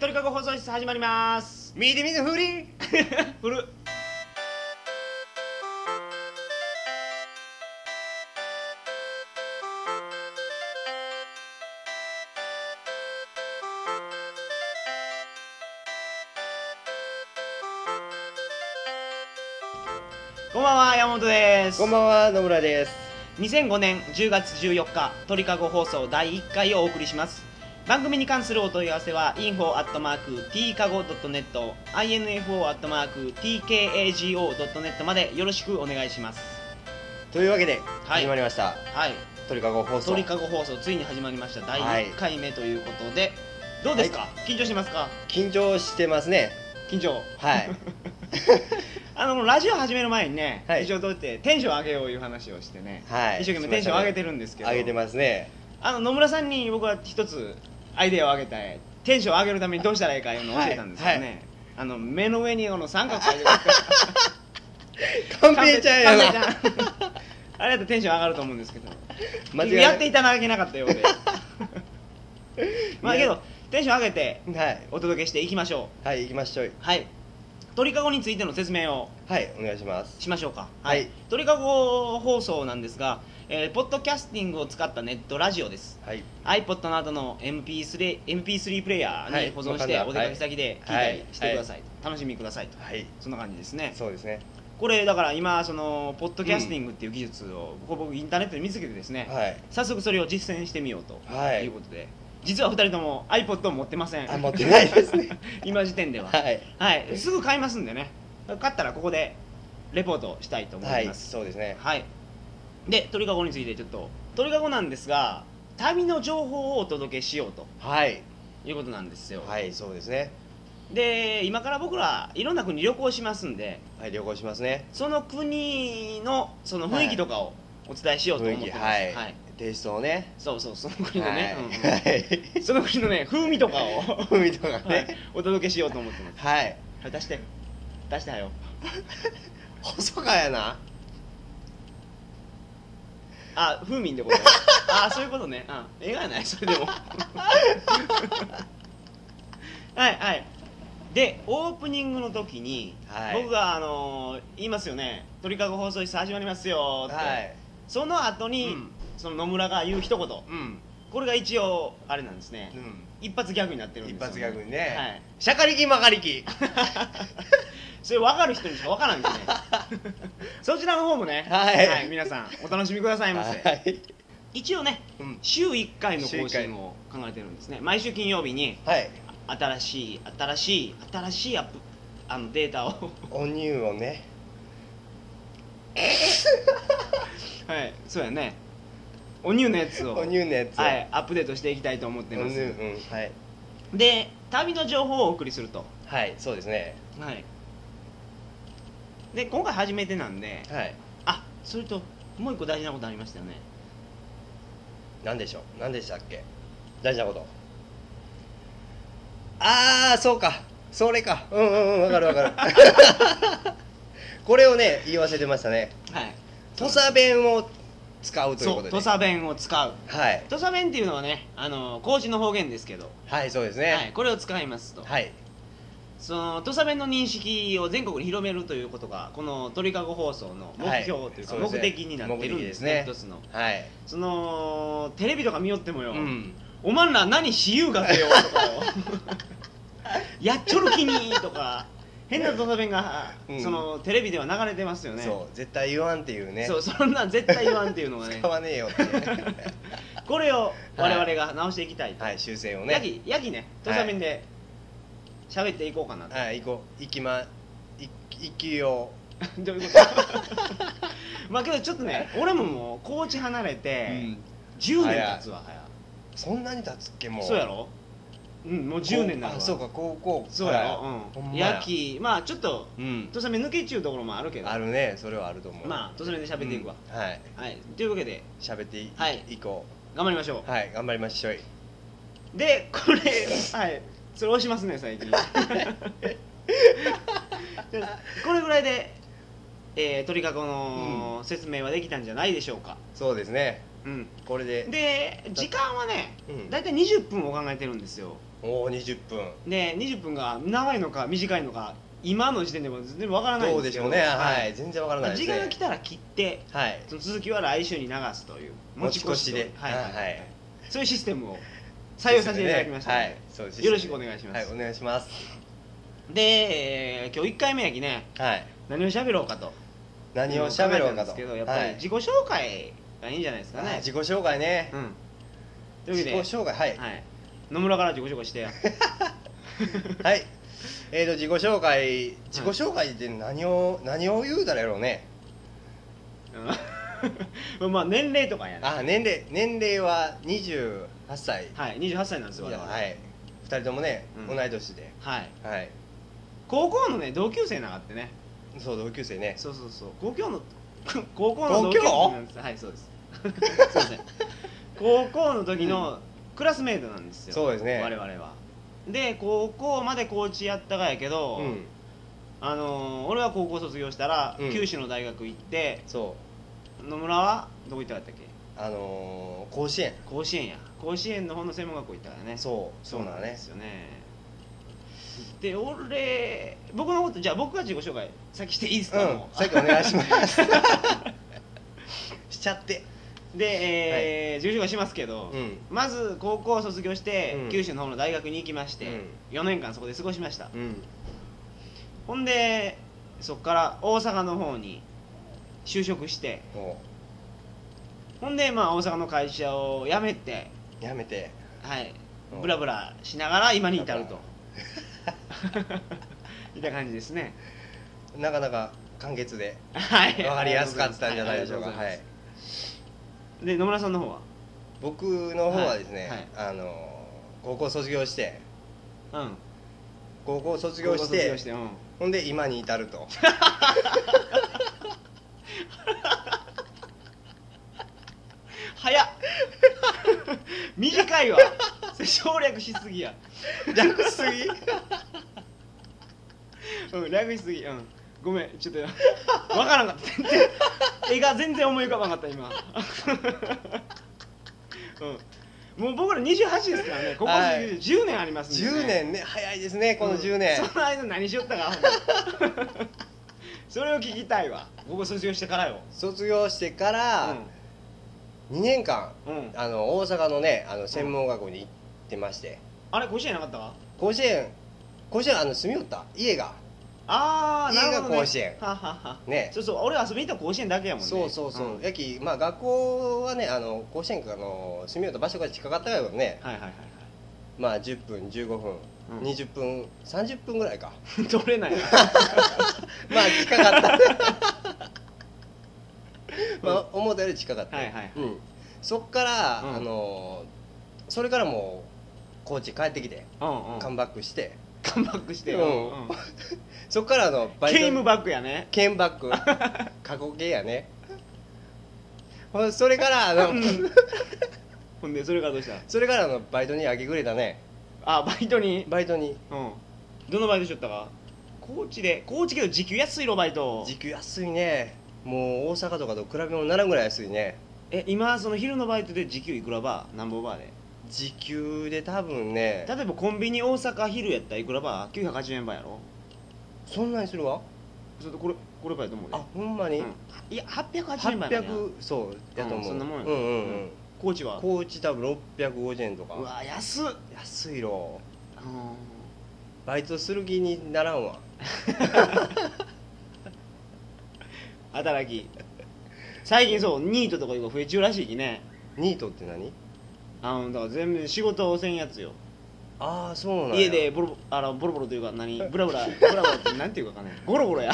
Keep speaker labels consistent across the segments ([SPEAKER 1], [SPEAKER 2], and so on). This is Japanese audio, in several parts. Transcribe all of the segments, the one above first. [SPEAKER 1] 鳥かご放送室始まります。
[SPEAKER 2] 見て見てフリー
[SPEAKER 1] ふる。こんばんは、山本です。
[SPEAKER 2] こんばんは野村です
[SPEAKER 1] 2005年10月14日鳥かご放送第1回をお送りします番組に関するお問い合わせは info.tkago.net info.tkago.net までよろしくお願いします
[SPEAKER 2] というわけで、
[SPEAKER 1] はい
[SPEAKER 2] 始まりまし
[SPEAKER 1] は
[SPEAKER 2] た
[SPEAKER 1] い
[SPEAKER 2] 鳥かご放送
[SPEAKER 1] 鳥かご放送ついに始まりました第
[SPEAKER 2] はい
[SPEAKER 1] 1回目ということで、どうですか、緊張しますか
[SPEAKER 2] 緊張してますね
[SPEAKER 1] 緊張
[SPEAKER 2] はい
[SPEAKER 1] あのラジオ始める前にね、
[SPEAKER 2] はい
[SPEAKER 1] 一応どうやってテンション上げよういう話をしてね、
[SPEAKER 2] はい
[SPEAKER 1] 一生懸命テンション上げてるんですけど
[SPEAKER 2] 上げてますね
[SPEAKER 1] あの野村さんに僕は一つアイデアをあげたいテンションを上げるためにどうしたらいいかいうのを教えたんですよね、
[SPEAKER 2] はいはい
[SPEAKER 1] あの目の上にこの三角 形
[SPEAKER 2] カンペちゃん
[SPEAKER 1] カ
[SPEAKER 2] や
[SPEAKER 1] ン
[SPEAKER 2] な
[SPEAKER 1] ペちゃんあれだとテンション上がると思うんですけど
[SPEAKER 2] 間違いない
[SPEAKER 1] やっていただけなかったよう でまあけどテンション上げて
[SPEAKER 2] はい
[SPEAKER 1] お届けしていきましょ
[SPEAKER 2] はい行きましょう
[SPEAKER 1] うはい鳥かごについての説明を
[SPEAKER 2] はいお願いします
[SPEAKER 1] しましょうか
[SPEAKER 2] はい
[SPEAKER 1] 鳥かご放送なんですが、えーポッドキャスティングを使ったネットラジオです
[SPEAKER 2] はい
[SPEAKER 1] iPod などの MP3, MP3 プレイヤーに保存して
[SPEAKER 2] はい
[SPEAKER 1] お出かけ先で聞いたりしてください、楽しみくださいと、
[SPEAKER 2] はい
[SPEAKER 1] そんな感じですね
[SPEAKER 2] そうですね
[SPEAKER 1] これだから今そのポッドキャスティングっていう技術を、ここ僕インターネットで見つけてですね、
[SPEAKER 2] はい
[SPEAKER 1] 早速それを実践してみようと
[SPEAKER 2] はい
[SPEAKER 1] いうことで、実は2人とも iPod を持ってません
[SPEAKER 2] あ持ってないですね
[SPEAKER 1] 今時点ではは
[SPEAKER 2] はい
[SPEAKER 1] い、すぐ買いますんでね買ったらここでレポートしたいと思
[SPEAKER 2] はいい
[SPEAKER 1] ます、
[SPEAKER 2] そうですね
[SPEAKER 1] はい、で鳥かごについてちょっと鳥かごなんですが旅の情報をお届けしようと
[SPEAKER 2] はい
[SPEAKER 1] いうことなんですよ、
[SPEAKER 2] はいそうですね
[SPEAKER 1] で今から僕らいろんな国旅行しますんで
[SPEAKER 2] はい旅行しますね
[SPEAKER 1] その国のその雰囲気とかをお伝えしようと思
[SPEAKER 2] 雰
[SPEAKER 1] っ
[SPEAKER 2] 囲
[SPEAKER 1] て
[SPEAKER 2] 気
[SPEAKER 1] ます、
[SPEAKER 2] はいテイストをね
[SPEAKER 1] そうそうその国のね、
[SPEAKER 2] は
[SPEAKER 1] うんうんその国のね風味とかを
[SPEAKER 2] い、 海とか
[SPEAKER 1] はい
[SPEAKER 2] ね
[SPEAKER 1] お届けしようと思ってます
[SPEAKER 2] はい
[SPEAKER 1] はい出して出してはよ
[SPEAKER 2] 細川やな
[SPEAKER 1] あ風味ってこと あそういうことねあ映画やないそれでもはいはいでオープニングの時に、
[SPEAKER 2] はい
[SPEAKER 1] 僕があのー言いますよね「鳥かご放送室始まりますよ」って、
[SPEAKER 2] はい
[SPEAKER 1] その後に、
[SPEAKER 2] うん
[SPEAKER 1] その野村が言う一言
[SPEAKER 2] うん
[SPEAKER 1] これが一応あれなんですね、
[SPEAKER 2] うん
[SPEAKER 1] 一発ギャグになってるんです
[SPEAKER 2] 一
[SPEAKER 1] よ
[SPEAKER 2] 発ギャグに
[SPEAKER 1] は
[SPEAKER 2] ね
[SPEAKER 1] い、
[SPEAKER 2] しゃかりきまかりき
[SPEAKER 1] それ分かる人にしか分からんですね そちらの方もね、
[SPEAKER 2] はい
[SPEAKER 1] 皆さんお楽しみくださいませ、
[SPEAKER 2] はい
[SPEAKER 1] 一応ね
[SPEAKER 2] うん
[SPEAKER 1] 週1回の更
[SPEAKER 2] 週一回
[SPEAKER 1] 新を考えてるんですね毎週金曜日に
[SPEAKER 2] はい
[SPEAKER 1] 新しい新しい新しいアップあのデータを
[SPEAKER 2] お乳をね
[SPEAKER 1] はいそうやねおニューのやつを
[SPEAKER 2] お乳のやつを
[SPEAKER 1] はい、アップデートしていきたいと思って
[SPEAKER 2] お
[SPEAKER 1] ま
[SPEAKER 2] 乳
[SPEAKER 1] す
[SPEAKER 2] うんはい
[SPEAKER 1] で旅の情報をお送りすると
[SPEAKER 2] はいそうですね
[SPEAKER 1] はいで今回初めてなんで
[SPEAKER 2] はい
[SPEAKER 1] あそれともう一個大事なことありましたよね
[SPEAKER 2] 何でしょう何でしたっけ大事なことああそうかそれかうんうんうんわかる わかるこれをね言い忘れてましたね
[SPEAKER 1] はい
[SPEAKER 2] 土佐弁を使うという
[SPEAKER 1] そう
[SPEAKER 2] ことで
[SPEAKER 1] 土佐弁を使う
[SPEAKER 2] はい
[SPEAKER 1] 土佐弁っていうのはねあの高知の方言ですけど、
[SPEAKER 2] はいそうです
[SPEAKER 1] はい、
[SPEAKER 2] ね
[SPEAKER 1] これを使いますと、
[SPEAKER 2] はい
[SPEAKER 1] その土佐弁の認識を全国に広めるということがこの鳥かご放送の目標というか、
[SPEAKER 2] はいそうですね
[SPEAKER 1] 目的になってるんですね
[SPEAKER 2] 目的で
[SPEAKER 1] 一つの
[SPEAKER 2] はい
[SPEAKER 1] そのテレビとか見よってもよ、
[SPEAKER 2] うん
[SPEAKER 1] おまんら何しゆうがぜよとかよ やっちょる気にとか変な土佐弁が、
[SPEAKER 2] うん
[SPEAKER 1] そのテレビでは流れてますよね
[SPEAKER 2] そう絶対言わんっていうね
[SPEAKER 1] そうそんなん絶対言わんっていうのがね
[SPEAKER 2] 使わねえよっ ていうね
[SPEAKER 1] これを我々が直していきたいと、
[SPEAKER 2] はい修正をね
[SPEAKER 1] ヤギヤギね土佐弁で喋っていこうかなと、
[SPEAKER 2] はい行こう行きまい行きよ
[SPEAKER 1] どういうこと まあけどちょっとね俺ももう高知離れ
[SPEAKER 2] う、
[SPEAKER 1] て
[SPEAKER 2] うん、
[SPEAKER 1] 10年経つわ早
[SPEAKER 2] そんなに経つっけもう
[SPEAKER 1] そうやろうんもう10年になるわ
[SPEAKER 2] あそうか高校から
[SPEAKER 1] そうやろ
[SPEAKER 2] ほ
[SPEAKER 1] うんん
[SPEAKER 2] まや
[SPEAKER 1] ヤキまあちょっと
[SPEAKER 2] うん
[SPEAKER 1] 土佐弁抜けっちゅうところもあるけど
[SPEAKER 2] あるねそれはあると思う
[SPEAKER 1] まあ土佐弁で喋っていくわ、
[SPEAKER 2] うんはい
[SPEAKER 1] はいというわけで
[SPEAKER 2] 喋ってい,、
[SPEAKER 1] はい
[SPEAKER 2] こ
[SPEAKER 1] 頑張りましょ
[SPEAKER 2] うはい頑張りましょう
[SPEAKER 1] うでこれはいそれ押しますね最 近でこれぐらいで、えー、鳥かごの説明はできたんじゃないでしょうか、
[SPEAKER 2] そうですね
[SPEAKER 1] うん、
[SPEAKER 2] これで
[SPEAKER 1] で時間はね
[SPEAKER 2] うん
[SPEAKER 1] 大体20分を考えてるんですよ
[SPEAKER 2] おお20分
[SPEAKER 1] で20分が長いのか短いのか今の時点でも全然わからない
[SPEAKER 2] ど
[SPEAKER 1] ん
[SPEAKER 2] う
[SPEAKER 1] で
[SPEAKER 2] です
[SPEAKER 1] け
[SPEAKER 2] しょ
[SPEAKER 1] ど
[SPEAKER 2] うねはい、全然わからないです
[SPEAKER 1] 時
[SPEAKER 2] ね
[SPEAKER 1] 間が来たら切って
[SPEAKER 2] はい
[SPEAKER 1] その続きは来週に流すという
[SPEAKER 2] 持ち越しで
[SPEAKER 1] はい、
[SPEAKER 2] は
[SPEAKER 1] はい
[SPEAKER 2] いはい
[SPEAKER 1] そういうシステムを採用させていただきましたので、
[SPEAKER 2] はいそうですね
[SPEAKER 1] よろしくお願いします
[SPEAKER 2] はいお願いします
[SPEAKER 1] で、えー今日1回目やきね
[SPEAKER 2] はい
[SPEAKER 1] 何を喋ろうかと
[SPEAKER 2] 何を喋ろ
[SPEAKER 1] 考え
[SPEAKER 2] うか
[SPEAKER 1] てるんです
[SPEAKER 2] と
[SPEAKER 1] けどやっぱ
[SPEAKER 2] は
[SPEAKER 1] り
[SPEAKER 2] い
[SPEAKER 1] 自己紹介がいいんじゃないですか
[SPEAKER 2] あー
[SPEAKER 1] ね、
[SPEAKER 2] 自己紹介ね
[SPEAKER 1] うんという
[SPEAKER 2] 自己
[SPEAKER 1] わけで、
[SPEAKER 2] 紹介はい
[SPEAKER 1] はい、野村から自己紹介してや
[SPEAKER 2] はいえーと自己紹介自己紹介って何を何を言うたらやろうね
[SPEAKER 1] うんまあ年齢とかやね
[SPEAKER 2] あ年齢年齢は28歳
[SPEAKER 1] はい28歳なんですよ我々
[SPEAKER 2] はい2人ともね
[SPEAKER 1] うん
[SPEAKER 2] 同い年で
[SPEAKER 1] はい
[SPEAKER 2] はい
[SPEAKER 1] 高校のね同級生ながってね
[SPEAKER 2] そう同級生ね
[SPEAKER 1] そうそうそう高校の 高校の同
[SPEAKER 2] 同
[SPEAKER 1] 級
[SPEAKER 2] 居
[SPEAKER 1] 生なんですはいそうです すいません高校の時のクラスメイトなんですよ
[SPEAKER 2] そうですね
[SPEAKER 1] 我々はで高校までコーチやったがやけど、
[SPEAKER 2] うん
[SPEAKER 1] あのー俺は高校卒業したら、
[SPEAKER 2] うん
[SPEAKER 1] 九州の大学行って
[SPEAKER 2] そう
[SPEAKER 1] 野村はどこ行ったかったっけ
[SPEAKER 2] あのー甲子園
[SPEAKER 1] 甲子園や甲子園の方の専門学校行ったからね
[SPEAKER 2] そうそうなの
[SPEAKER 1] なん
[SPEAKER 2] ね
[SPEAKER 1] ですよねで俺僕のことじゃあ僕が自己紹介先していいです
[SPEAKER 2] う
[SPEAKER 1] か、
[SPEAKER 2] ん
[SPEAKER 1] もう
[SPEAKER 2] さっきお願いします しちゃって
[SPEAKER 1] で、えー自己紹介しますけど、
[SPEAKER 2] うん
[SPEAKER 1] まず高校を卒業して、
[SPEAKER 2] うん
[SPEAKER 1] 九州の方の大学に行きまして、
[SPEAKER 2] うん
[SPEAKER 1] 4年間そこで過ごしました、
[SPEAKER 2] うん
[SPEAKER 1] ほんでそこから大阪の方に就職して
[SPEAKER 2] も
[SPEAKER 1] ほんでまあ大阪の会社を辞めて
[SPEAKER 2] うやめて
[SPEAKER 1] はい
[SPEAKER 2] うん
[SPEAKER 1] ブラブラしながら今に至ると いった感じですね
[SPEAKER 2] なかなか簡潔で
[SPEAKER 1] はい
[SPEAKER 2] 分かりやすかったんじゃないでしょうか
[SPEAKER 1] ありがとござ
[SPEAKER 2] はい
[SPEAKER 1] ますで野村さんの方は
[SPEAKER 2] 僕の方はですね、
[SPEAKER 1] は
[SPEAKER 2] あのー高校卒業して
[SPEAKER 1] うん
[SPEAKER 2] 高校卒業し
[SPEAKER 1] 高校
[SPEAKER 2] て
[SPEAKER 1] 卒業してうん
[SPEAKER 2] ほんで今に至る と
[SPEAKER 1] 早っ 短いわそれ省略しすぎや
[SPEAKER 2] 略す ぎ
[SPEAKER 1] うん略しすぎうんごめんちょっとわからんかった全然絵が全然思い浮かばなかった今 うんもう僕ら28ですからねここ
[SPEAKER 2] はい
[SPEAKER 1] 10年ありますんで、ね
[SPEAKER 2] 10年ね早いですねこの10年、
[SPEAKER 1] うんその間何しよったか それを聞きたいわ僕卒業してからよ
[SPEAKER 2] 卒業してから2年間、
[SPEAKER 1] うん、うん、
[SPEAKER 2] あの大阪のねあの専門学校に行ってまして、
[SPEAKER 1] あれ甲子園なかったか
[SPEAKER 2] 甲子園甲子園あの住みよった家が
[SPEAKER 1] ああなるほど、ね、
[SPEAKER 2] 家が甲子園
[SPEAKER 1] ははは
[SPEAKER 2] ね
[SPEAKER 1] そうそう俺遊びに行った甲子園だけやもんね
[SPEAKER 2] そうそうそう、
[SPEAKER 1] んはい
[SPEAKER 2] やきまあ学校はねあの甲子園かの住みよった場所が近かったけどね
[SPEAKER 1] はいはいはい
[SPEAKER 2] まあ10分15分、
[SPEAKER 1] うん
[SPEAKER 2] 20分30分ぐらいか
[SPEAKER 1] 取れ ない
[SPEAKER 2] まあ近かったまあ思ったより近かった、
[SPEAKER 1] はいはい
[SPEAKER 2] うん、そっから、
[SPEAKER 1] うん
[SPEAKER 2] あのそれからもう高知帰ってきて
[SPEAKER 1] うん、うん、
[SPEAKER 2] カムバックして
[SPEAKER 1] カムバックして、
[SPEAKER 2] うん
[SPEAKER 1] うんうん
[SPEAKER 2] そっからあの
[SPEAKER 1] ゲームバックや ね
[SPEAKER 2] ケンバック 過去形やねほんそれからあの、
[SPEAKER 1] ほんでそれからどうした
[SPEAKER 2] それからあのバイトに明け暮れたね
[SPEAKER 1] あバイトに
[SPEAKER 2] バイトに
[SPEAKER 1] うんどのバイトしよったか高知で高知けど時給安いろバイト
[SPEAKER 2] 時給安いねもう大阪とかと比べもならんぐらい安いね
[SPEAKER 1] え今その昼のバイトで時給いくらバーなんぼバーで
[SPEAKER 2] 時給で多分ね
[SPEAKER 1] 例えばコンビニ大阪昼やったらいくらバー980円バーやろ
[SPEAKER 2] そんなにするわ
[SPEAKER 1] ちょっとこれこれバイトもうで
[SPEAKER 2] あほんまに、
[SPEAKER 1] うんいや880円バーやな
[SPEAKER 2] 800そうやと思う、
[SPEAKER 1] うんそんなもんや
[SPEAKER 2] うんうんうん、
[SPEAKER 1] 高知は
[SPEAKER 2] 高知多分650円と
[SPEAKER 1] う
[SPEAKER 2] か
[SPEAKER 1] わ安っ
[SPEAKER 2] 安いろ
[SPEAKER 1] うん
[SPEAKER 2] バイトする気にならんわ
[SPEAKER 1] 働き最近そうニートとかいうの増え中らしいきね
[SPEAKER 2] ニートって何
[SPEAKER 1] あのだから全部仕事をせんやつよ
[SPEAKER 2] ああそうなんや
[SPEAKER 1] 家でボロボあのボロボロというか 何ブラブラブラブラってなんていうかわかんないゴロゴロや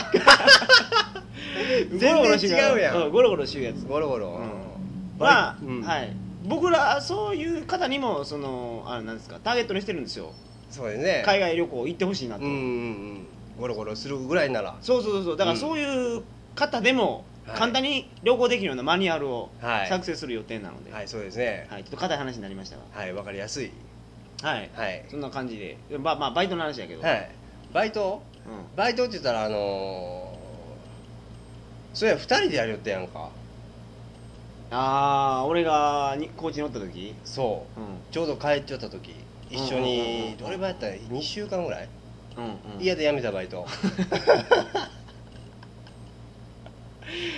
[SPEAKER 2] 全然違うやん
[SPEAKER 1] ゴロゴロしゅうやつ
[SPEAKER 2] ゴロゴロ、
[SPEAKER 1] うん
[SPEAKER 2] バイ
[SPEAKER 1] まあ、
[SPEAKER 2] うん
[SPEAKER 1] はい僕らそういう方にもそのあれなんですかターゲットにしてるんですよ
[SPEAKER 2] そうですね
[SPEAKER 1] 海外旅行行ってほしいなと、
[SPEAKER 2] うんうんうんゴロゴロするぐらいなら
[SPEAKER 1] そうそうそうそうだから
[SPEAKER 2] うん
[SPEAKER 1] そういう方でも
[SPEAKER 2] はい
[SPEAKER 1] 簡単に旅行できるようなマニュアルを
[SPEAKER 2] はい
[SPEAKER 1] 作成する予定なので、
[SPEAKER 2] はいそうですね
[SPEAKER 1] はいちょっと硬い話になりました
[SPEAKER 2] はいわ、かりやすい
[SPEAKER 1] がはい、
[SPEAKER 2] はい
[SPEAKER 1] そんな感じでまあまあバイトの話やけど、
[SPEAKER 2] はいバイト
[SPEAKER 1] うん
[SPEAKER 2] バイトって言ったらあのー、そういや2人でやるよってやんか
[SPEAKER 1] ああ俺がに高知におった時
[SPEAKER 2] そう
[SPEAKER 1] うん
[SPEAKER 2] ちょうど帰っちゃった時一緒
[SPEAKER 1] うんうんうんう
[SPEAKER 2] に
[SPEAKER 1] ん
[SPEAKER 2] どれぐらいやったら2週間ぐらい
[SPEAKER 1] うんうん
[SPEAKER 2] 家で辞めたバ イト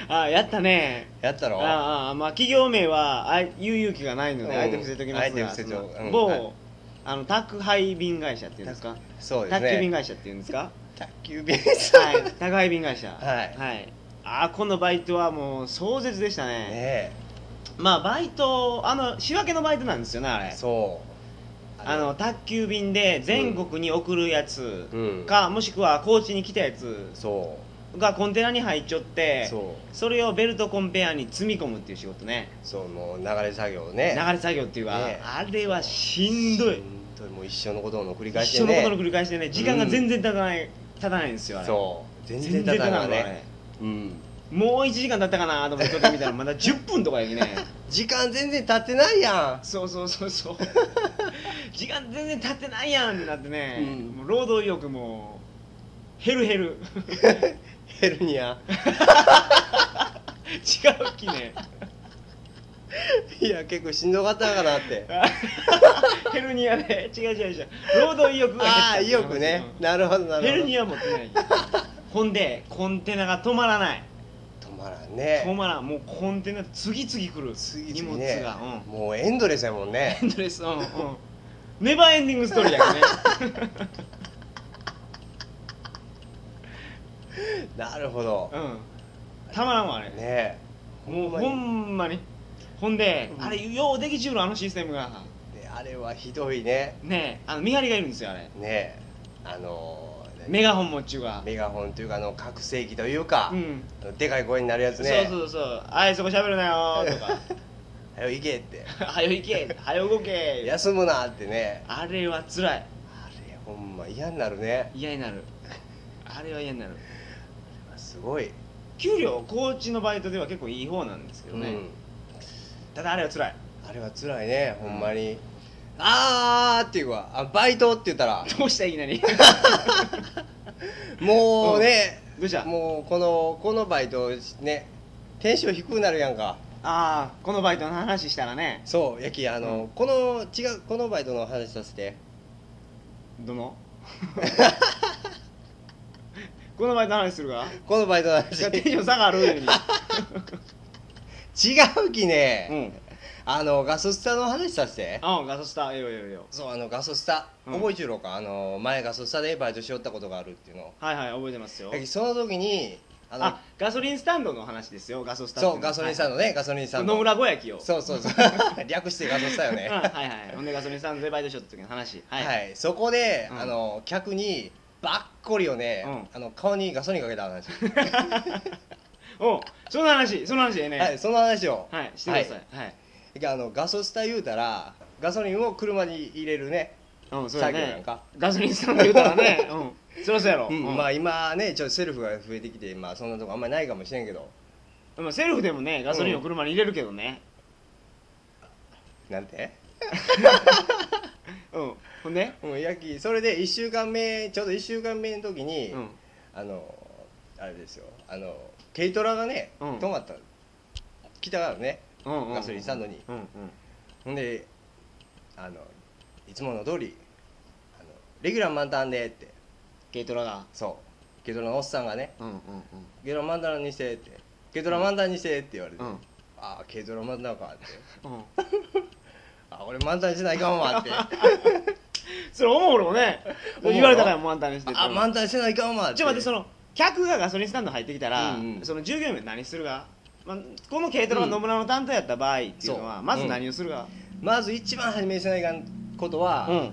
[SPEAKER 1] あやったね
[SPEAKER 2] やったろ
[SPEAKER 1] ああまあ企業名はあ言う勇気がないので
[SPEAKER 2] うん
[SPEAKER 1] あえて伏せときます
[SPEAKER 2] あ
[SPEAKER 1] が
[SPEAKER 2] えて伏せと
[SPEAKER 1] その
[SPEAKER 2] うんはい
[SPEAKER 1] 某あの宅配便会社っていうんですか
[SPEAKER 2] そうです
[SPEAKER 1] 宅急便
[SPEAKER 2] ね
[SPEAKER 1] 会社っていうんですか
[SPEAKER 2] 宅急便さん
[SPEAKER 1] はい 宅配便会社
[SPEAKER 2] はい
[SPEAKER 1] はいああこのバイトはもう壮絶でしたね
[SPEAKER 2] ね
[SPEAKER 1] まあバイトあの仕分けのバイトなんですよねあ
[SPEAKER 2] え
[SPEAKER 1] れ
[SPEAKER 2] そう
[SPEAKER 1] あの宅急便で全国に送るやつ
[SPEAKER 2] うん
[SPEAKER 1] か、もしくは高知に来たやつ
[SPEAKER 2] そ
[SPEAKER 1] がコンテナに入っちゃっ
[SPEAKER 2] う
[SPEAKER 1] て
[SPEAKER 2] そう
[SPEAKER 1] それをベルトコンペアに積み込むっていう仕事ね
[SPEAKER 2] そうもう流れ作業
[SPEAKER 1] 流
[SPEAKER 2] ね
[SPEAKER 1] れ作業っていうか、
[SPEAKER 2] ね
[SPEAKER 1] あれはしんどい
[SPEAKER 2] どいもう一生のことの繰り返し
[SPEAKER 1] 一緒
[SPEAKER 2] で
[SPEAKER 1] の
[SPEAKER 2] ね
[SPEAKER 1] ことの繰り返しでね時間が全然経たない、経たないんですよあれ
[SPEAKER 2] そう全然
[SPEAKER 1] 全
[SPEAKER 2] た
[SPEAKER 1] 然経
[SPEAKER 2] た
[SPEAKER 1] た
[SPEAKER 2] な
[SPEAKER 1] ないい
[SPEAKER 2] ねうん
[SPEAKER 1] もう1時間経ったかなと思って撮ってみたら まだ10分とかやけね
[SPEAKER 2] 時間全然経ってないや
[SPEAKER 1] そうそうそうそう 時間全然経ってないやんってなってね、
[SPEAKER 2] うん
[SPEAKER 1] もう労働意欲も減る減る
[SPEAKER 2] んヘルニア
[SPEAKER 1] 違うき ね
[SPEAKER 2] いや結構しんどかったかなって
[SPEAKER 1] ヘルニアで違う違う 違う労働意欲が減った
[SPEAKER 2] ああ意欲ね
[SPEAKER 1] うん
[SPEAKER 2] なるほどなるほど
[SPEAKER 1] ヘルニア持ってないほんでコンテナが止まらない
[SPEAKER 2] 止まらん
[SPEAKER 1] 止
[SPEAKER 2] ね
[SPEAKER 1] まらんもうコンテナ次々来る
[SPEAKER 2] 次
[SPEAKER 1] 荷
[SPEAKER 2] 々
[SPEAKER 1] 物
[SPEAKER 2] ね
[SPEAKER 1] が、うん
[SPEAKER 2] もうエンドレスやもんね
[SPEAKER 1] エンドレスうんうんネバーエンディングストーリーや けどね
[SPEAKER 2] なるほど
[SPEAKER 1] うんたまらんわあれ
[SPEAKER 2] ね
[SPEAKER 1] もう
[SPEAKER 2] ほんま
[SPEAKER 1] ほ
[SPEAKER 2] に
[SPEAKER 1] んまにほんで、
[SPEAKER 2] うん
[SPEAKER 1] あれようできちゅうのあのシステムが
[SPEAKER 2] ねあれはひどいね
[SPEAKER 1] ねえあの見張りがいるんですよあれ
[SPEAKER 2] ねあのー
[SPEAKER 1] メガホン持っちゅうが
[SPEAKER 2] メガホンというかあの拡声器というか
[SPEAKER 1] う、ん
[SPEAKER 2] でかい声になるやつ
[SPEAKER 1] そう
[SPEAKER 2] ね
[SPEAKER 1] そうそう「あいそこ喋るなよ」とか
[SPEAKER 2] はよ行けって
[SPEAKER 1] 「はよ行け」「はよ動け」
[SPEAKER 2] 休むなってね
[SPEAKER 1] あれは辛い
[SPEAKER 2] あれほんま嫌になるね
[SPEAKER 1] 嫌になるあれは嫌になる
[SPEAKER 2] すごい、
[SPEAKER 1] 給料高知のバイトでは結構いい方なんですけど
[SPEAKER 2] う
[SPEAKER 1] ね、
[SPEAKER 2] ん、
[SPEAKER 1] ただあれは辛い
[SPEAKER 2] あれは辛いねほんまに、あーっていうかあバイトって言っ たら
[SPEAKER 1] どうしたいきな り
[SPEAKER 2] もうね、
[SPEAKER 1] どうした
[SPEAKER 2] もうこのこのバイトねテンション低くなるやんか
[SPEAKER 1] ああこのバイトの話したらね
[SPEAKER 2] そうやきあの、
[SPEAKER 1] うん
[SPEAKER 2] この違うこのバイトの話させて
[SPEAKER 1] どの このバイトの話するか
[SPEAKER 2] このバイトの話
[SPEAKER 1] テンション下がるように、
[SPEAKER 2] 違 うきね、
[SPEAKER 1] うん
[SPEAKER 2] あのガソスタの話させて
[SPEAKER 1] あガソスターええよええよええよ
[SPEAKER 2] そうあのガソスタ、
[SPEAKER 1] うん
[SPEAKER 2] 覚えちゅうろかあの前ガソスタでバイトしよったことがあるっていうの
[SPEAKER 1] はいはい覚えてますよ
[SPEAKER 2] やきその時にあの
[SPEAKER 1] あガソリンスタンドの話ですよガソスタってい
[SPEAKER 2] そうガソリンスタン
[SPEAKER 1] ド
[SPEAKER 2] ドね、ガソリンスタンド
[SPEAKER 1] 野村小焼きを
[SPEAKER 2] そうそうそう 略してガソスタよ
[SPEAKER 1] うん
[SPEAKER 2] ね
[SPEAKER 1] はいはいほんでガソリンスタンドでバイトしよった時の話は、
[SPEAKER 2] はいい、そこで、
[SPEAKER 1] うん
[SPEAKER 2] あの客にばっこりをね、あの顔にガソリンかけた話、
[SPEAKER 1] おうその話その話ええね
[SPEAKER 2] はい、その話を、
[SPEAKER 1] はい、してください。はい。
[SPEAKER 2] いあのガソスタ言うたらガソリンを車に入れるね、
[SPEAKER 1] うん、そうや
[SPEAKER 2] 作業なん
[SPEAKER 1] ね
[SPEAKER 2] か。
[SPEAKER 1] ガソリンスタンド言うたらね、うん、そりゃそうやろ。
[SPEAKER 2] うん
[SPEAKER 1] うん
[SPEAKER 2] まあ今ねちょっとセルフが増えてきて、まあ、そんなとこあんまりないかもしれんけど
[SPEAKER 1] まあセルフでもね、ガソリンを車に入れるけどね。
[SPEAKER 2] なんて
[SPEAKER 1] うん。ほんで
[SPEAKER 2] うんやきそれで1週間目ちょうど1週間目の時に、
[SPEAKER 1] うん。
[SPEAKER 2] あのあれですよあの軽トラがね、
[SPEAKER 1] うん
[SPEAKER 2] 止まった来たからね
[SPEAKER 1] うんうん。
[SPEAKER 2] ガソリンスタンドに
[SPEAKER 1] うんうん。
[SPEAKER 2] ほんであのいつもの通りあの「レギュラー満タンで」って
[SPEAKER 1] 軽トラが。
[SPEAKER 2] そう軽トラのおっさんがね
[SPEAKER 1] うんうん
[SPEAKER 2] 「軽トラ満タンにして」って「軽トラ満タンにして」って言われて「
[SPEAKER 1] うん。うん。
[SPEAKER 2] ああ軽トラ満タンか」って
[SPEAKER 1] うん。
[SPEAKER 2] 「あ俺満タンしないか んわ」って「
[SPEAKER 1] それ、おもろね。
[SPEAKER 2] おもろ
[SPEAKER 1] 言われたから満タンにしてて。
[SPEAKER 2] あ満タンしないかんわ」って
[SPEAKER 1] ちょっと待って、その、客がガソリンスタンド入ってきたら
[SPEAKER 2] うんう、ん
[SPEAKER 1] その従業員は何するがまあこの軽トラが野村の担当やった場合っていうの
[SPEAKER 2] そ
[SPEAKER 1] は、
[SPEAKER 2] う
[SPEAKER 1] まず何をするが
[SPEAKER 2] まず一番初めにせないかんことは、
[SPEAKER 1] うん。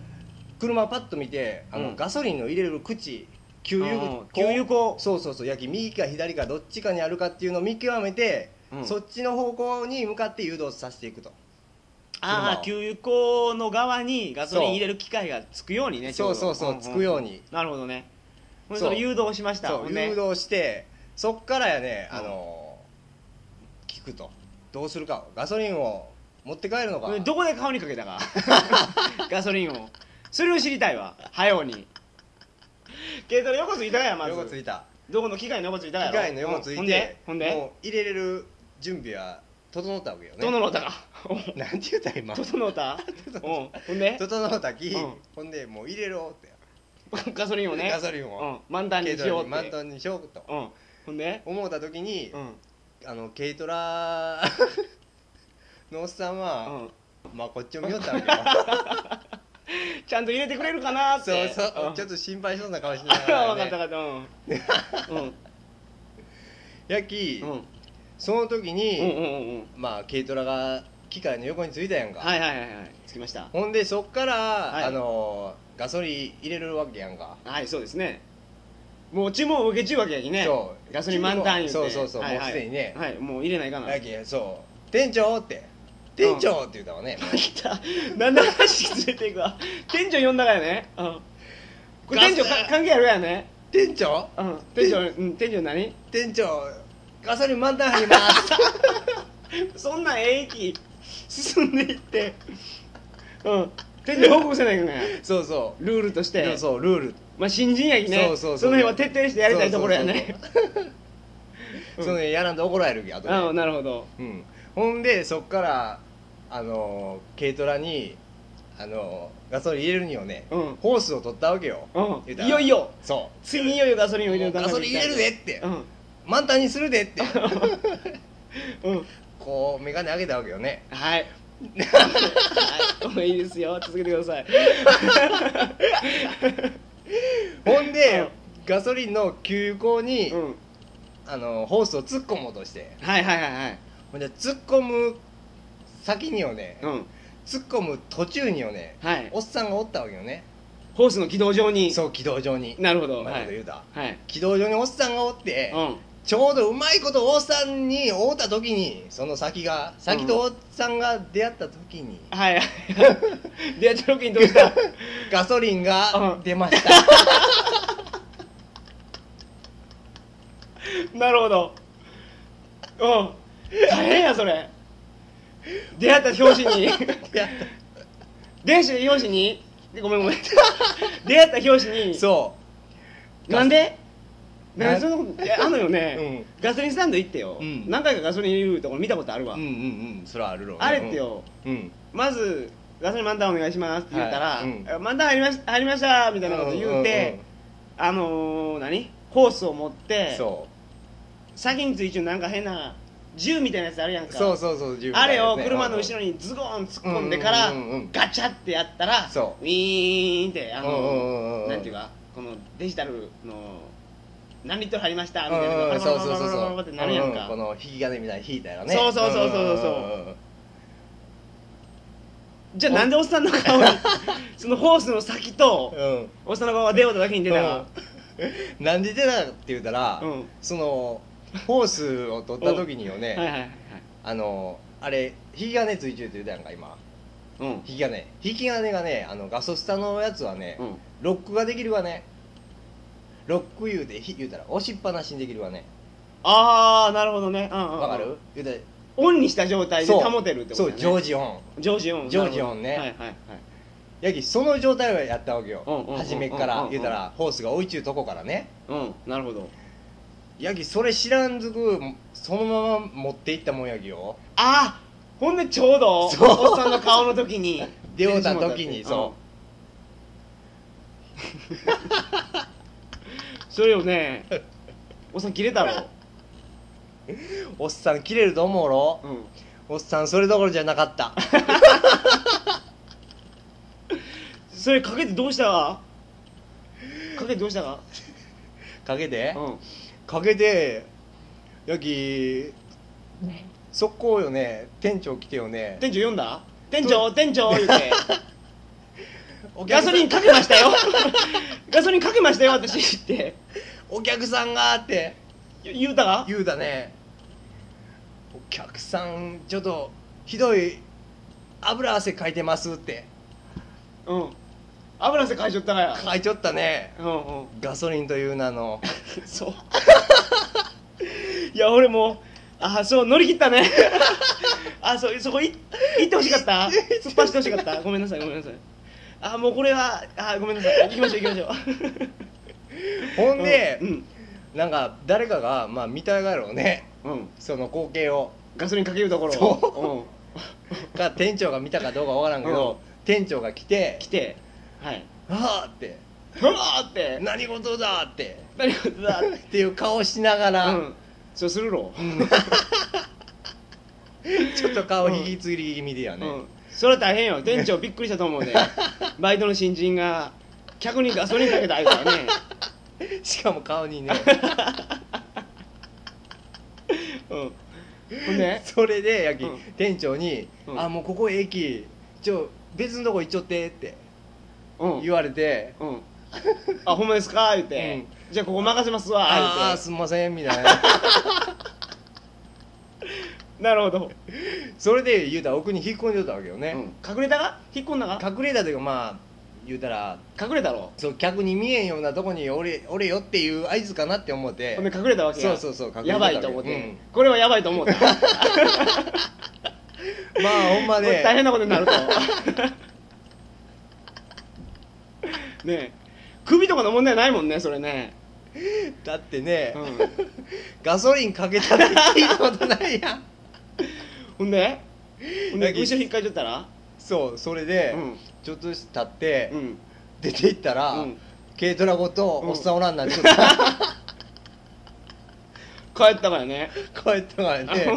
[SPEAKER 2] 車パッと見てあの、
[SPEAKER 1] うん
[SPEAKER 2] ガソリンの入れる口給油
[SPEAKER 1] うん
[SPEAKER 2] 口
[SPEAKER 1] 給油口
[SPEAKER 2] そうそうそうやき右か左かどっちかにあるかっていうのを見極めて、
[SPEAKER 1] うん
[SPEAKER 2] そっちの方向に向かって誘導させていくと、
[SPEAKER 1] あ
[SPEAKER 2] 車
[SPEAKER 1] あ
[SPEAKER 2] を
[SPEAKER 1] 給油口の側にガソリン入れる機械がつくようにね
[SPEAKER 2] そう
[SPEAKER 1] ちょど
[SPEAKER 2] そうそうつくように
[SPEAKER 1] なるほどねほんで
[SPEAKER 2] そう
[SPEAKER 1] それ誘導しました
[SPEAKER 2] そう
[SPEAKER 1] ほんで
[SPEAKER 2] 誘導してそっからやね
[SPEAKER 1] うん
[SPEAKER 2] あの、聞くとどうするかガソリンを持って帰るのか、
[SPEAKER 1] どこで顔にかけた かガソリンをそれを知りたいわ早う に軽トラ横ついたかやまず
[SPEAKER 2] 横ついた
[SPEAKER 1] どこの機械の横ついたか
[SPEAKER 2] 機
[SPEAKER 1] やろ
[SPEAKER 2] 械の横ついて
[SPEAKER 1] うんほんでほんで
[SPEAKER 2] もう入れれる準備は整ったわけよね
[SPEAKER 1] 整ったかうん
[SPEAKER 2] なんて言うた今
[SPEAKER 1] 整った うんほんで
[SPEAKER 2] 整ったき、
[SPEAKER 1] うん
[SPEAKER 2] ほんでもう入れろって、
[SPEAKER 1] ガソリンをね
[SPEAKER 2] ガソリンを、
[SPEAKER 1] うん満タンに
[SPEAKER 2] 軽
[SPEAKER 1] しよ
[SPEAKER 2] ト
[SPEAKER 1] う
[SPEAKER 2] ラに
[SPEAKER 1] って
[SPEAKER 2] 満タンにしようと
[SPEAKER 1] うんほんで
[SPEAKER 2] 思った時に、
[SPEAKER 1] うん
[SPEAKER 2] あの軽トラ のおっさん
[SPEAKER 1] う
[SPEAKER 2] は、
[SPEAKER 1] ん
[SPEAKER 2] まあこっちを見よったわけよ
[SPEAKER 1] ちゃんと入れてくれるかなって
[SPEAKER 2] そうそう、ちょ っ
[SPEAKER 1] っ
[SPEAKER 2] と心配そうな顔してながら、
[SPEAKER 1] 分
[SPEAKER 2] ね、
[SPEAKER 1] かった分かったう んうん
[SPEAKER 2] やき、
[SPEAKER 1] うん
[SPEAKER 2] その時に、
[SPEAKER 1] うんうんうんうん
[SPEAKER 2] まあ軽トラが機械の横についたやんか、
[SPEAKER 1] はいはいはいはい着きました
[SPEAKER 2] ほんでそっから、
[SPEAKER 1] い
[SPEAKER 2] あのガソリン入れるわけやんか
[SPEAKER 1] はいそうですねもう注文を受けちゅうわけやきね
[SPEAKER 2] そう
[SPEAKER 1] ガソリン満タン言て
[SPEAKER 2] そうそうそう
[SPEAKER 1] はいはい
[SPEAKER 2] もうすでにね
[SPEAKER 1] はいもう入れないかな
[SPEAKER 2] やきそう店長って店長って言ったわね、
[SPEAKER 1] 来たなんで話連れていくわ店長呼んだからねうんこれ店長
[SPEAKER 2] ガス
[SPEAKER 1] か関係あるやね
[SPEAKER 2] 店長
[SPEAKER 1] うん店長うん店長何
[SPEAKER 2] 店長ガソリン満タン入りま す
[SPEAKER 1] そんなんええ駅進んでいってうん店長報告せないからね
[SPEAKER 2] そうそう
[SPEAKER 1] ルールとして
[SPEAKER 2] そうルール
[SPEAKER 1] まあ新人やきね
[SPEAKER 2] そうそうそう
[SPEAKER 1] の辺は徹底してやりたいところやね
[SPEAKER 2] そうそうそうそうそのやらんと怒られるけど後で
[SPEAKER 1] ああなるほど
[SPEAKER 2] うん、ほんでそっからあのー軽トラにあのーガソリン入れるにはね、
[SPEAKER 1] うん
[SPEAKER 2] ホースを取ったわけよ、
[SPEAKER 1] う
[SPEAKER 2] 言
[SPEAKER 1] ん
[SPEAKER 2] たら
[SPEAKER 1] いよいよ
[SPEAKER 2] そ
[SPEAKER 1] ついにいよいよガソリンを
[SPEAKER 2] う
[SPEAKER 1] 入れる
[SPEAKER 2] ガソリン入れるでって、
[SPEAKER 1] うん
[SPEAKER 2] 満タンにするでって
[SPEAKER 1] うん
[SPEAKER 2] こう眼鏡上げたわけよね
[SPEAKER 1] はいはいもういいですよ続けてください
[SPEAKER 2] ほんで、
[SPEAKER 1] うん
[SPEAKER 2] ガソリンの給油口に、
[SPEAKER 1] うん
[SPEAKER 2] あのーホースを突っ込もうとして
[SPEAKER 1] はいはいはいはい
[SPEAKER 2] ほんで突っ込む先にはね、
[SPEAKER 1] うん
[SPEAKER 2] 突っ込む途中にはね
[SPEAKER 1] はい
[SPEAKER 2] おっさんがおったわけよね
[SPEAKER 1] ホースの軌道上に
[SPEAKER 2] そう軌道上に
[SPEAKER 1] なるほ
[SPEAKER 2] う
[SPEAKER 1] ど
[SPEAKER 2] ま
[SPEAKER 1] はい
[SPEAKER 2] こと言
[SPEAKER 1] いう
[SPEAKER 2] た、
[SPEAKER 1] はい
[SPEAKER 2] 軌道上におっさんがおって、
[SPEAKER 1] うん
[SPEAKER 2] ちょうどうまいこと王さんに会うた時にその先が先と王さんが出会った時に、
[SPEAKER 1] はい出会った時にどうした
[SPEAKER 2] ガソリンが
[SPEAKER 1] うん
[SPEAKER 2] 出ました、
[SPEAKER 1] なるほどうん大変やそれ出会った表 紙に
[SPEAKER 2] いや
[SPEAKER 1] 電子の表紙にでごめん ごめん出会った表紙に
[SPEAKER 2] そ
[SPEAKER 1] なんで
[SPEAKER 2] な
[SPEAKER 1] なんでそのいやあのよね、
[SPEAKER 2] う
[SPEAKER 1] ガソリンスタンド行ってよ、
[SPEAKER 2] うん
[SPEAKER 1] 何回かガソリン入れるところ見たことある
[SPEAKER 2] う
[SPEAKER 1] わ、
[SPEAKER 2] うんうんうんそれはあるろうね
[SPEAKER 1] あれってよ、
[SPEAKER 2] うん
[SPEAKER 1] まずガソリン満タンお願いしますって言ったら、
[SPEAKER 2] はいうん
[SPEAKER 1] あ満タン入りまし入りましたみたいなこと言うて、
[SPEAKER 2] んん
[SPEAKER 1] あのー、何ホースを持っ
[SPEAKER 2] うん
[SPEAKER 1] て
[SPEAKER 2] そ
[SPEAKER 1] 先についちゅうなんか変な銃みたいなやつあるやん
[SPEAKER 2] う
[SPEAKER 1] か
[SPEAKER 2] そうそうそう自分
[SPEAKER 1] あ
[SPEAKER 2] から
[SPEAKER 1] れ
[SPEAKER 2] や
[SPEAKER 1] を
[SPEAKER 2] ね
[SPEAKER 1] 車の後ろにズゴン突っ込んでから
[SPEAKER 2] うんうんうんうん
[SPEAKER 1] ガチャってやったら
[SPEAKER 2] そう
[SPEAKER 1] ウィーンってあ
[SPEAKER 2] うんうんうん
[SPEAKER 1] の
[SPEAKER 2] うん
[SPEAKER 1] なんていうかこのデジタルの何リットル入りましたみたいなの
[SPEAKER 2] うんう
[SPEAKER 1] が
[SPEAKER 2] んそうそうそう
[SPEAKER 1] パラパラパラパラパラパラ
[SPEAKER 2] そう
[SPEAKER 1] ってなるやんか
[SPEAKER 2] ううこの引き金みたいに引いたらね
[SPEAKER 1] そうそうそうそうそうん
[SPEAKER 2] んんん
[SPEAKER 1] じゃあなんでおっさんの顔にそのホースの先と
[SPEAKER 2] うんうん
[SPEAKER 1] おっさんの顔が出ようただけに出たら
[SPEAKER 2] うんなんで出たかって言うたら、
[SPEAKER 1] うん
[SPEAKER 2] そのホースを取った時によね、
[SPEAKER 1] はいはいはいはい
[SPEAKER 2] あのあれ引き金ついてるって言うたやんか今
[SPEAKER 1] うん
[SPEAKER 2] 引き金引き金がねあのガソスタのやつはね、
[SPEAKER 1] うん
[SPEAKER 2] ロックができるわねロック言うてひ言うたら押しっぱなしにできるわね
[SPEAKER 1] ああなるほどねうんうんうん
[SPEAKER 2] わかる言うたら
[SPEAKER 1] オンにした状態で
[SPEAKER 2] そう
[SPEAKER 1] 保てるってことだ
[SPEAKER 2] そう
[SPEAKER 1] ね
[SPEAKER 2] ジョージオン
[SPEAKER 1] ジョージオン
[SPEAKER 2] ジョージオンね
[SPEAKER 1] なるほどはいはい
[SPEAKER 2] やきその状態をやったわけよ、
[SPEAKER 1] うんうんうんうん
[SPEAKER 2] 初めっから、
[SPEAKER 1] うんうん
[SPEAKER 2] 言うたらホースが追いちゅうとこからね
[SPEAKER 1] はいうんなるほど
[SPEAKER 2] やきそれ知らんずくそのまま持っていったもんやきよ
[SPEAKER 1] あーほんでちょうど
[SPEAKER 2] そう
[SPEAKER 1] おっさんの顔の時に
[SPEAKER 2] 出会うた時
[SPEAKER 1] 出てしまっ
[SPEAKER 2] に
[SPEAKER 1] たって
[SPEAKER 2] そ
[SPEAKER 1] うんそれをねおっさん切れたろ
[SPEAKER 2] おっさん切れると 思うろ、
[SPEAKER 1] うん
[SPEAKER 2] おっさんそれどころじゃなかった
[SPEAKER 1] それかけてどう したかかけてどうしたか
[SPEAKER 2] かけて、
[SPEAKER 1] うん
[SPEAKER 2] かけてやき速攻よね店長来てよね
[SPEAKER 1] 店長読んだ店長店長言うて
[SPEAKER 2] お
[SPEAKER 1] ガ
[SPEAKER 2] 客さ
[SPEAKER 1] ソ
[SPEAKER 2] ん
[SPEAKER 1] リンかけましたよ ガソリンかけましたよ私って
[SPEAKER 2] お客さんがって
[SPEAKER 1] 言うたか
[SPEAKER 2] 言うだねお客さんちょっとひどい油汗かいてますって
[SPEAKER 1] うん油汗かいちゃったから
[SPEAKER 2] かいちょったね
[SPEAKER 1] うんうん
[SPEAKER 2] ガソリンという名の
[SPEAKER 1] そう いや俺もうあそう乗り切ったね あそうそこい行ってほしかった突っ走ってほしかったごめんなさいごめんなさいあもうこれはあごめんなさい行きましょう行きましょ
[SPEAKER 2] ほ
[SPEAKER 1] うん
[SPEAKER 2] で
[SPEAKER 1] う、ん
[SPEAKER 2] なんか誰かがまあ見たがろうね
[SPEAKER 1] うん
[SPEAKER 2] その光景を
[SPEAKER 1] ガソリンかけるところ
[SPEAKER 2] そ
[SPEAKER 1] を、
[SPEAKER 2] か店長が見たかどうかわからんけど、
[SPEAKER 1] うん
[SPEAKER 2] 店長が来
[SPEAKER 1] うん
[SPEAKER 2] て
[SPEAKER 1] 来てはい
[SPEAKER 2] 「ああ」って
[SPEAKER 1] うわーっ
[SPEAKER 2] 「
[SPEAKER 1] て
[SPEAKER 2] 何事だ」って
[SPEAKER 1] 何事だって
[SPEAKER 2] っていう顔しながら、
[SPEAKER 1] うんそうするろ、
[SPEAKER 2] ちょっと顔引きつり気味でや
[SPEAKER 1] う
[SPEAKER 2] ね、
[SPEAKER 1] ん、それは大変よ店長びっくりしたと 思うねバイトの新人が客にガソリンかけた相から ね、
[SPEAKER 2] しかも顔 にね
[SPEAKER 1] うん、ほんで
[SPEAKER 2] それでやき、
[SPEAKER 1] うん
[SPEAKER 2] 店長に「
[SPEAKER 1] うん
[SPEAKER 2] あもうここ駅ちょ別のとこ行っちょって」って
[SPEAKER 1] うん
[SPEAKER 2] 言われて「
[SPEAKER 1] うんあほんまですか言って、じゃあここ任せますわ言って
[SPEAKER 2] ああすんません」みたいな
[SPEAKER 1] なるほど、
[SPEAKER 2] それで言うたら奥に引っ込んでたわけよね、
[SPEAKER 1] 隠れたが引っ込んだが
[SPEAKER 2] 隠れたというかまあ言うたら
[SPEAKER 1] 隠れたろ
[SPEAKER 2] そう客に見えんようなとこにおれおれよっていう合図かなって思って
[SPEAKER 1] ほんで隠れたわけや
[SPEAKER 2] そうそうそう隠れてた
[SPEAKER 1] や
[SPEAKER 2] わ
[SPEAKER 1] ば
[SPEAKER 2] け
[SPEAKER 1] いと思って、
[SPEAKER 2] うん
[SPEAKER 1] これはやばいと思 った
[SPEAKER 2] まあほんま
[SPEAKER 1] これ
[SPEAKER 2] ね
[SPEAKER 1] 大変なことに なるとねえ首とかの問題ないもんねそれね、
[SPEAKER 2] だってね、
[SPEAKER 1] うん、
[SPEAKER 2] ガソリンかけたって聞いたことないやん
[SPEAKER 1] ほんでほんで
[SPEAKER 2] だけ
[SPEAKER 1] 後ろ引っかいちゃったら
[SPEAKER 2] そうそれで、
[SPEAKER 1] うん
[SPEAKER 2] ちょっとしたって、
[SPEAKER 1] うん
[SPEAKER 2] 出て行ったら、
[SPEAKER 1] うん
[SPEAKER 2] 軽トラごと
[SPEAKER 1] うん
[SPEAKER 2] おっさんおらん なんちょっと
[SPEAKER 1] 帰ったからね
[SPEAKER 2] 帰ってからね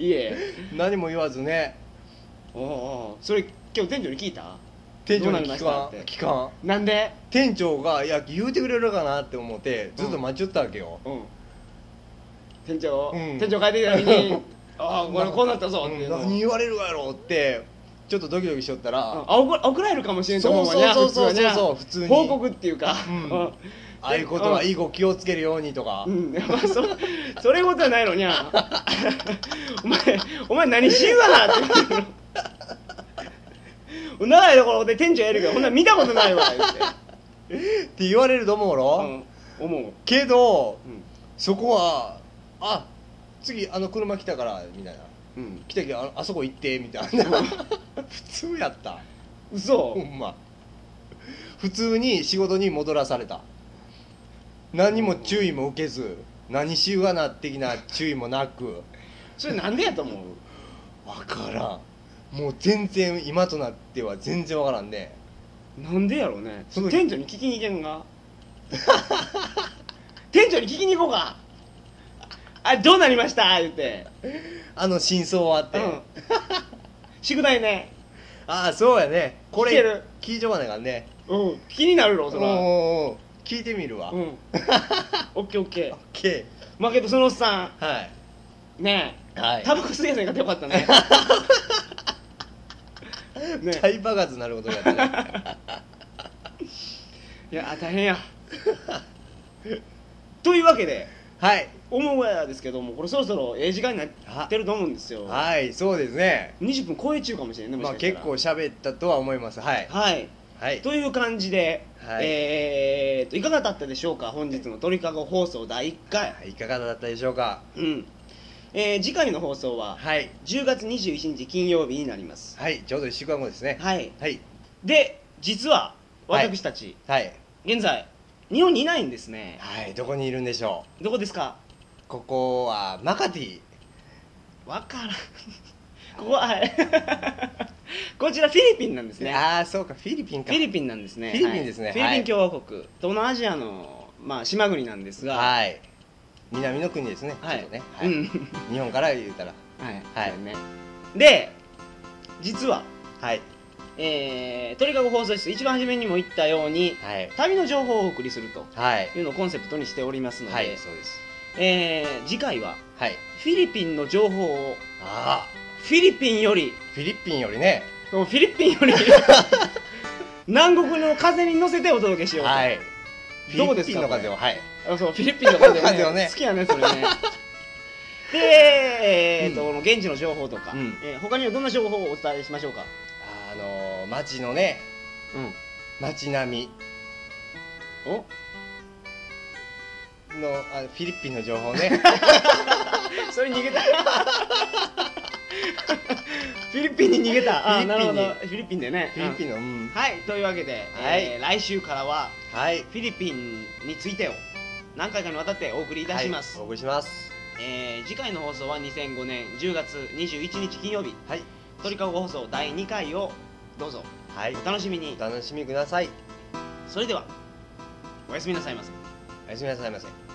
[SPEAKER 1] いいえ
[SPEAKER 2] 何も言わずね
[SPEAKER 1] おうおうそれ今日店長に聞いた
[SPEAKER 2] 店長
[SPEAKER 1] どうな
[SPEAKER 2] に
[SPEAKER 1] りま
[SPEAKER 2] 聞
[SPEAKER 1] し
[SPEAKER 2] か
[SPEAKER 1] た
[SPEAKER 2] ん
[SPEAKER 1] って
[SPEAKER 2] 聞かん
[SPEAKER 1] なんで
[SPEAKER 2] 店長がいや言うてくれるかなって思ってずっと待ちよったわけよ、
[SPEAKER 1] うん店長、
[SPEAKER 2] うん
[SPEAKER 1] 店長帰ってきた時 に「ああこれこうなったぞ」っていうの
[SPEAKER 2] うん何言われるやろうってちょっとドキドキしよったら、
[SPEAKER 1] あ怒ら怒られるかもしれんと思うわにゃ
[SPEAKER 2] そうそう
[SPEAKER 1] 普
[SPEAKER 2] そうそう
[SPEAKER 1] 通はにゃ
[SPEAKER 2] そう普通に
[SPEAKER 1] 報告っていうか、
[SPEAKER 2] うん
[SPEAKER 1] うん
[SPEAKER 2] ああいうことは以後気をつけるようにとか、
[SPEAKER 1] うん、まあ、そそれごとはないのにゃ お前お前何しゆうわなって言うの長いところで店長やるけどほんなん見たことないわ言って、
[SPEAKER 2] って言われると思うろ、
[SPEAKER 1] うん、思う、
[SPEAKER 2] けど
[SPEAKER 1] うん
[SPEAKER 2] そこはあ次あの車来たからみたいな
[SPEAKER 1] うん、
[SPEAKER 2] 来たけどああそこ行ってみたいな 普通やった
[SPEAKER 1] 嘘
[SPEAKER 2] ほんま普通に仕事に戻らされた何も注意も受けず何しゆがな的な注意もなく
[SPEAKER 1] それなんでやと思う
[SPEAKER 2] 分からんもう全然今となっては全然分からんね
[SPEAKER 1] なんでやろうね
[SPEAKER 2] その
[SPEAKER 1] 店長に聞きに行けんが店長に聞きに行こうかあどうなりました言って、
[SPEAKER 2] あの真相はあって、
[SPEAKER 1] うん、宿題ね
[SPEAKER 2] ああそうやねこ
[SPEAKER 1] 聞け
[SPEAKER 2] れ
[SPEAKER 1] る
[SPEAKER 2] 聞いちょかないからね
[SPEAKER 1] うん気になるろ
[SPEAKER 2] お
[SPEAKER 1] そ
[SPEAKER 2] ー
[SPEAKER 1] ら
[SPEAKER 2] おーおー聞いてみるわ、
[SPEAKER 1] う
[SPEAKER 2] オッ
[SPEAKER 1] んオッケーオッケー
[SPEAKER 2] ケ
[SPEAKER 1] まあけどそのおっさ
[SPEAKER 2] ーはい
[SPEAKER 1] んねえ、
[SPEAKER 2] はい
[SPEAKER 1] タバコ吸えやせんかってよかった ねねえ
[SPEAKER 2] 大爆発になることやったね
[SPEAKER 1] いや大変やというわけで
[SPEAKER 2] はい
[SPEAKER 1] 思うやですけどもこれそろそろええ時間になってると思うんですよ
[SPEAKER 2] はいそうですね
[SPEAKER 1] 20分超え中かもしれないねもし
[SPEAKER 2] ま
[SPEAKER 1] か
[SPEAKER 2] あ
[SPEAKER 1] した
[SPEAKER 2] 結
[SPEAKER 1] ら
[SPEAKER 2] 構喋ったとは思いますはい
[SPEAKER 1] はい
[SPEAKER 2] はい
[SPEAKER 1] という感じで、
[SPEAKER 2] はい
[SPEAKER 1] えーっといかがだったでしょうか本日の鳥かご放送第1回、
[SPEAKER 2] いかがだったでしょうか
[SPEAKER 1] うんえー次回の放送は
[SPEAKER 2] はい
[SPEAKER 1] 10月21日金曜日になります
[SPEAKER 2] はいちょうど1週間後ですね
[SPEAKER 1] はい
[SPEAKER 2] はい
[SPEAKER 1] で実は
[SPEAKER 2] はい
[SPEAKER 1] 私たち、
[SPEAKER 2] はい
[SPEAKER 1] 現在日本にいないんですね
[SPEAKER 2] はいどこにいるんでしょ
[SPEAKER 1] どこですか
[SPEAKER 2] うここはマカティ
[SPEAKER 1] わからん ここははい こちらフィリピンなんですね
[SPEAKER 2] ああそうかフィリピン
[SPEAKER 1] フ
[SPEAKER 2] か
[SPEAKER 1] ィリピンなんですね
[SPEAKER 2] フィリピンですね
[SPEAKER 1] はいフィリピン共和国、東南アジアの、まあ、島国なんですが
[SPEAKER 2] はい南の国ですね
[SPEAKER 1] はい
[SPEAKER 2] ちょっとね
[SPEAKER 1] う
[SPEAKER 2] はい
[SPEAKER 1] ん
[SPEAKER 2] 日本から言うたら
[SPEAKER 1] はい
[SPEAKER 2] はい
[SPEAKER 1] そうねで実は、
[SPEAKER 2] はい
[SPEAKER 1] えー、鳥かご放送室一番初めにも言ったように
[SPEAKER 2] はい
[SPEAKER 1] 旅の情報をお送りすると
[SPEAKER 2] はい
[SPEAKER 1] いうのをコンセプトにしておりますので、
[SPEAKER 2] はいそうです
[SPEAKER 1] えー次回は
[SPEAKER 2] はい
[SPEAKER 1] フィリピンの情報を
[SPEAKER 2] あ
[SPEAKER 1] フィリピンより
[SPEAKER 2] あフィリピンよりね
[SPEAKER 1] もうフィリピンよ り南国の風に乗せてお届けしようと、
[SPEAKER 2] はい
[SPEAKER 1] どうですか
[SPEAKER 2] フィリピンの風をはい
[SPEAKER 1] あそうフィリピンの風,、
[SPEAKER 2] 風をね
[SPEAKER 1] 好きやね それねで、えーと
[SPEAKER 2] う
[SPEAKER 1] 現地の情報とか、
[SPEAKER 2] うん
[SPEAKER 1] えー他にはどんな情報をお伝えしましょうか、
[SPEAKER 2] あの街のね街並
[SPEAKER 1] お
[SPEAKER 2] みのあフィリピンの情 報ね
[SPEAKER 1] それ逃げ たフィリピンに逃げたあー
[SPEAKER 2] フィ
[SPEAKER 1] なる
[SPEAKER 2] リピンに
[SPEAKER 1] ほどフィリピンでね
[SPEAKER 2] フィリピン
[SPEAKER 1] ン
[SPEAKER 2] のうん
[SPEAKER 1] はいというわけで、えー来週からは
[SPEAKER 2] はい
[SPEAKER 1] フィリピンについてを何回かにわたってお送りいたします、
[SPEAKER 2] はい、お送りします
[SPEAKER 1] えー次回の放送は2005年10月21日金曜日
[SPEAKER 2] はい
[SPEAKER 1] 鳥かご放送第2回をどうぞ
[SPEAKER 2] はい
[SPEAKER 1] お楽しみに
[SPEAKER 2] お楽しみください
[SPEAKER 1] それではおやすみなさいませ
[SPEAKER 2] おやすみなさいませ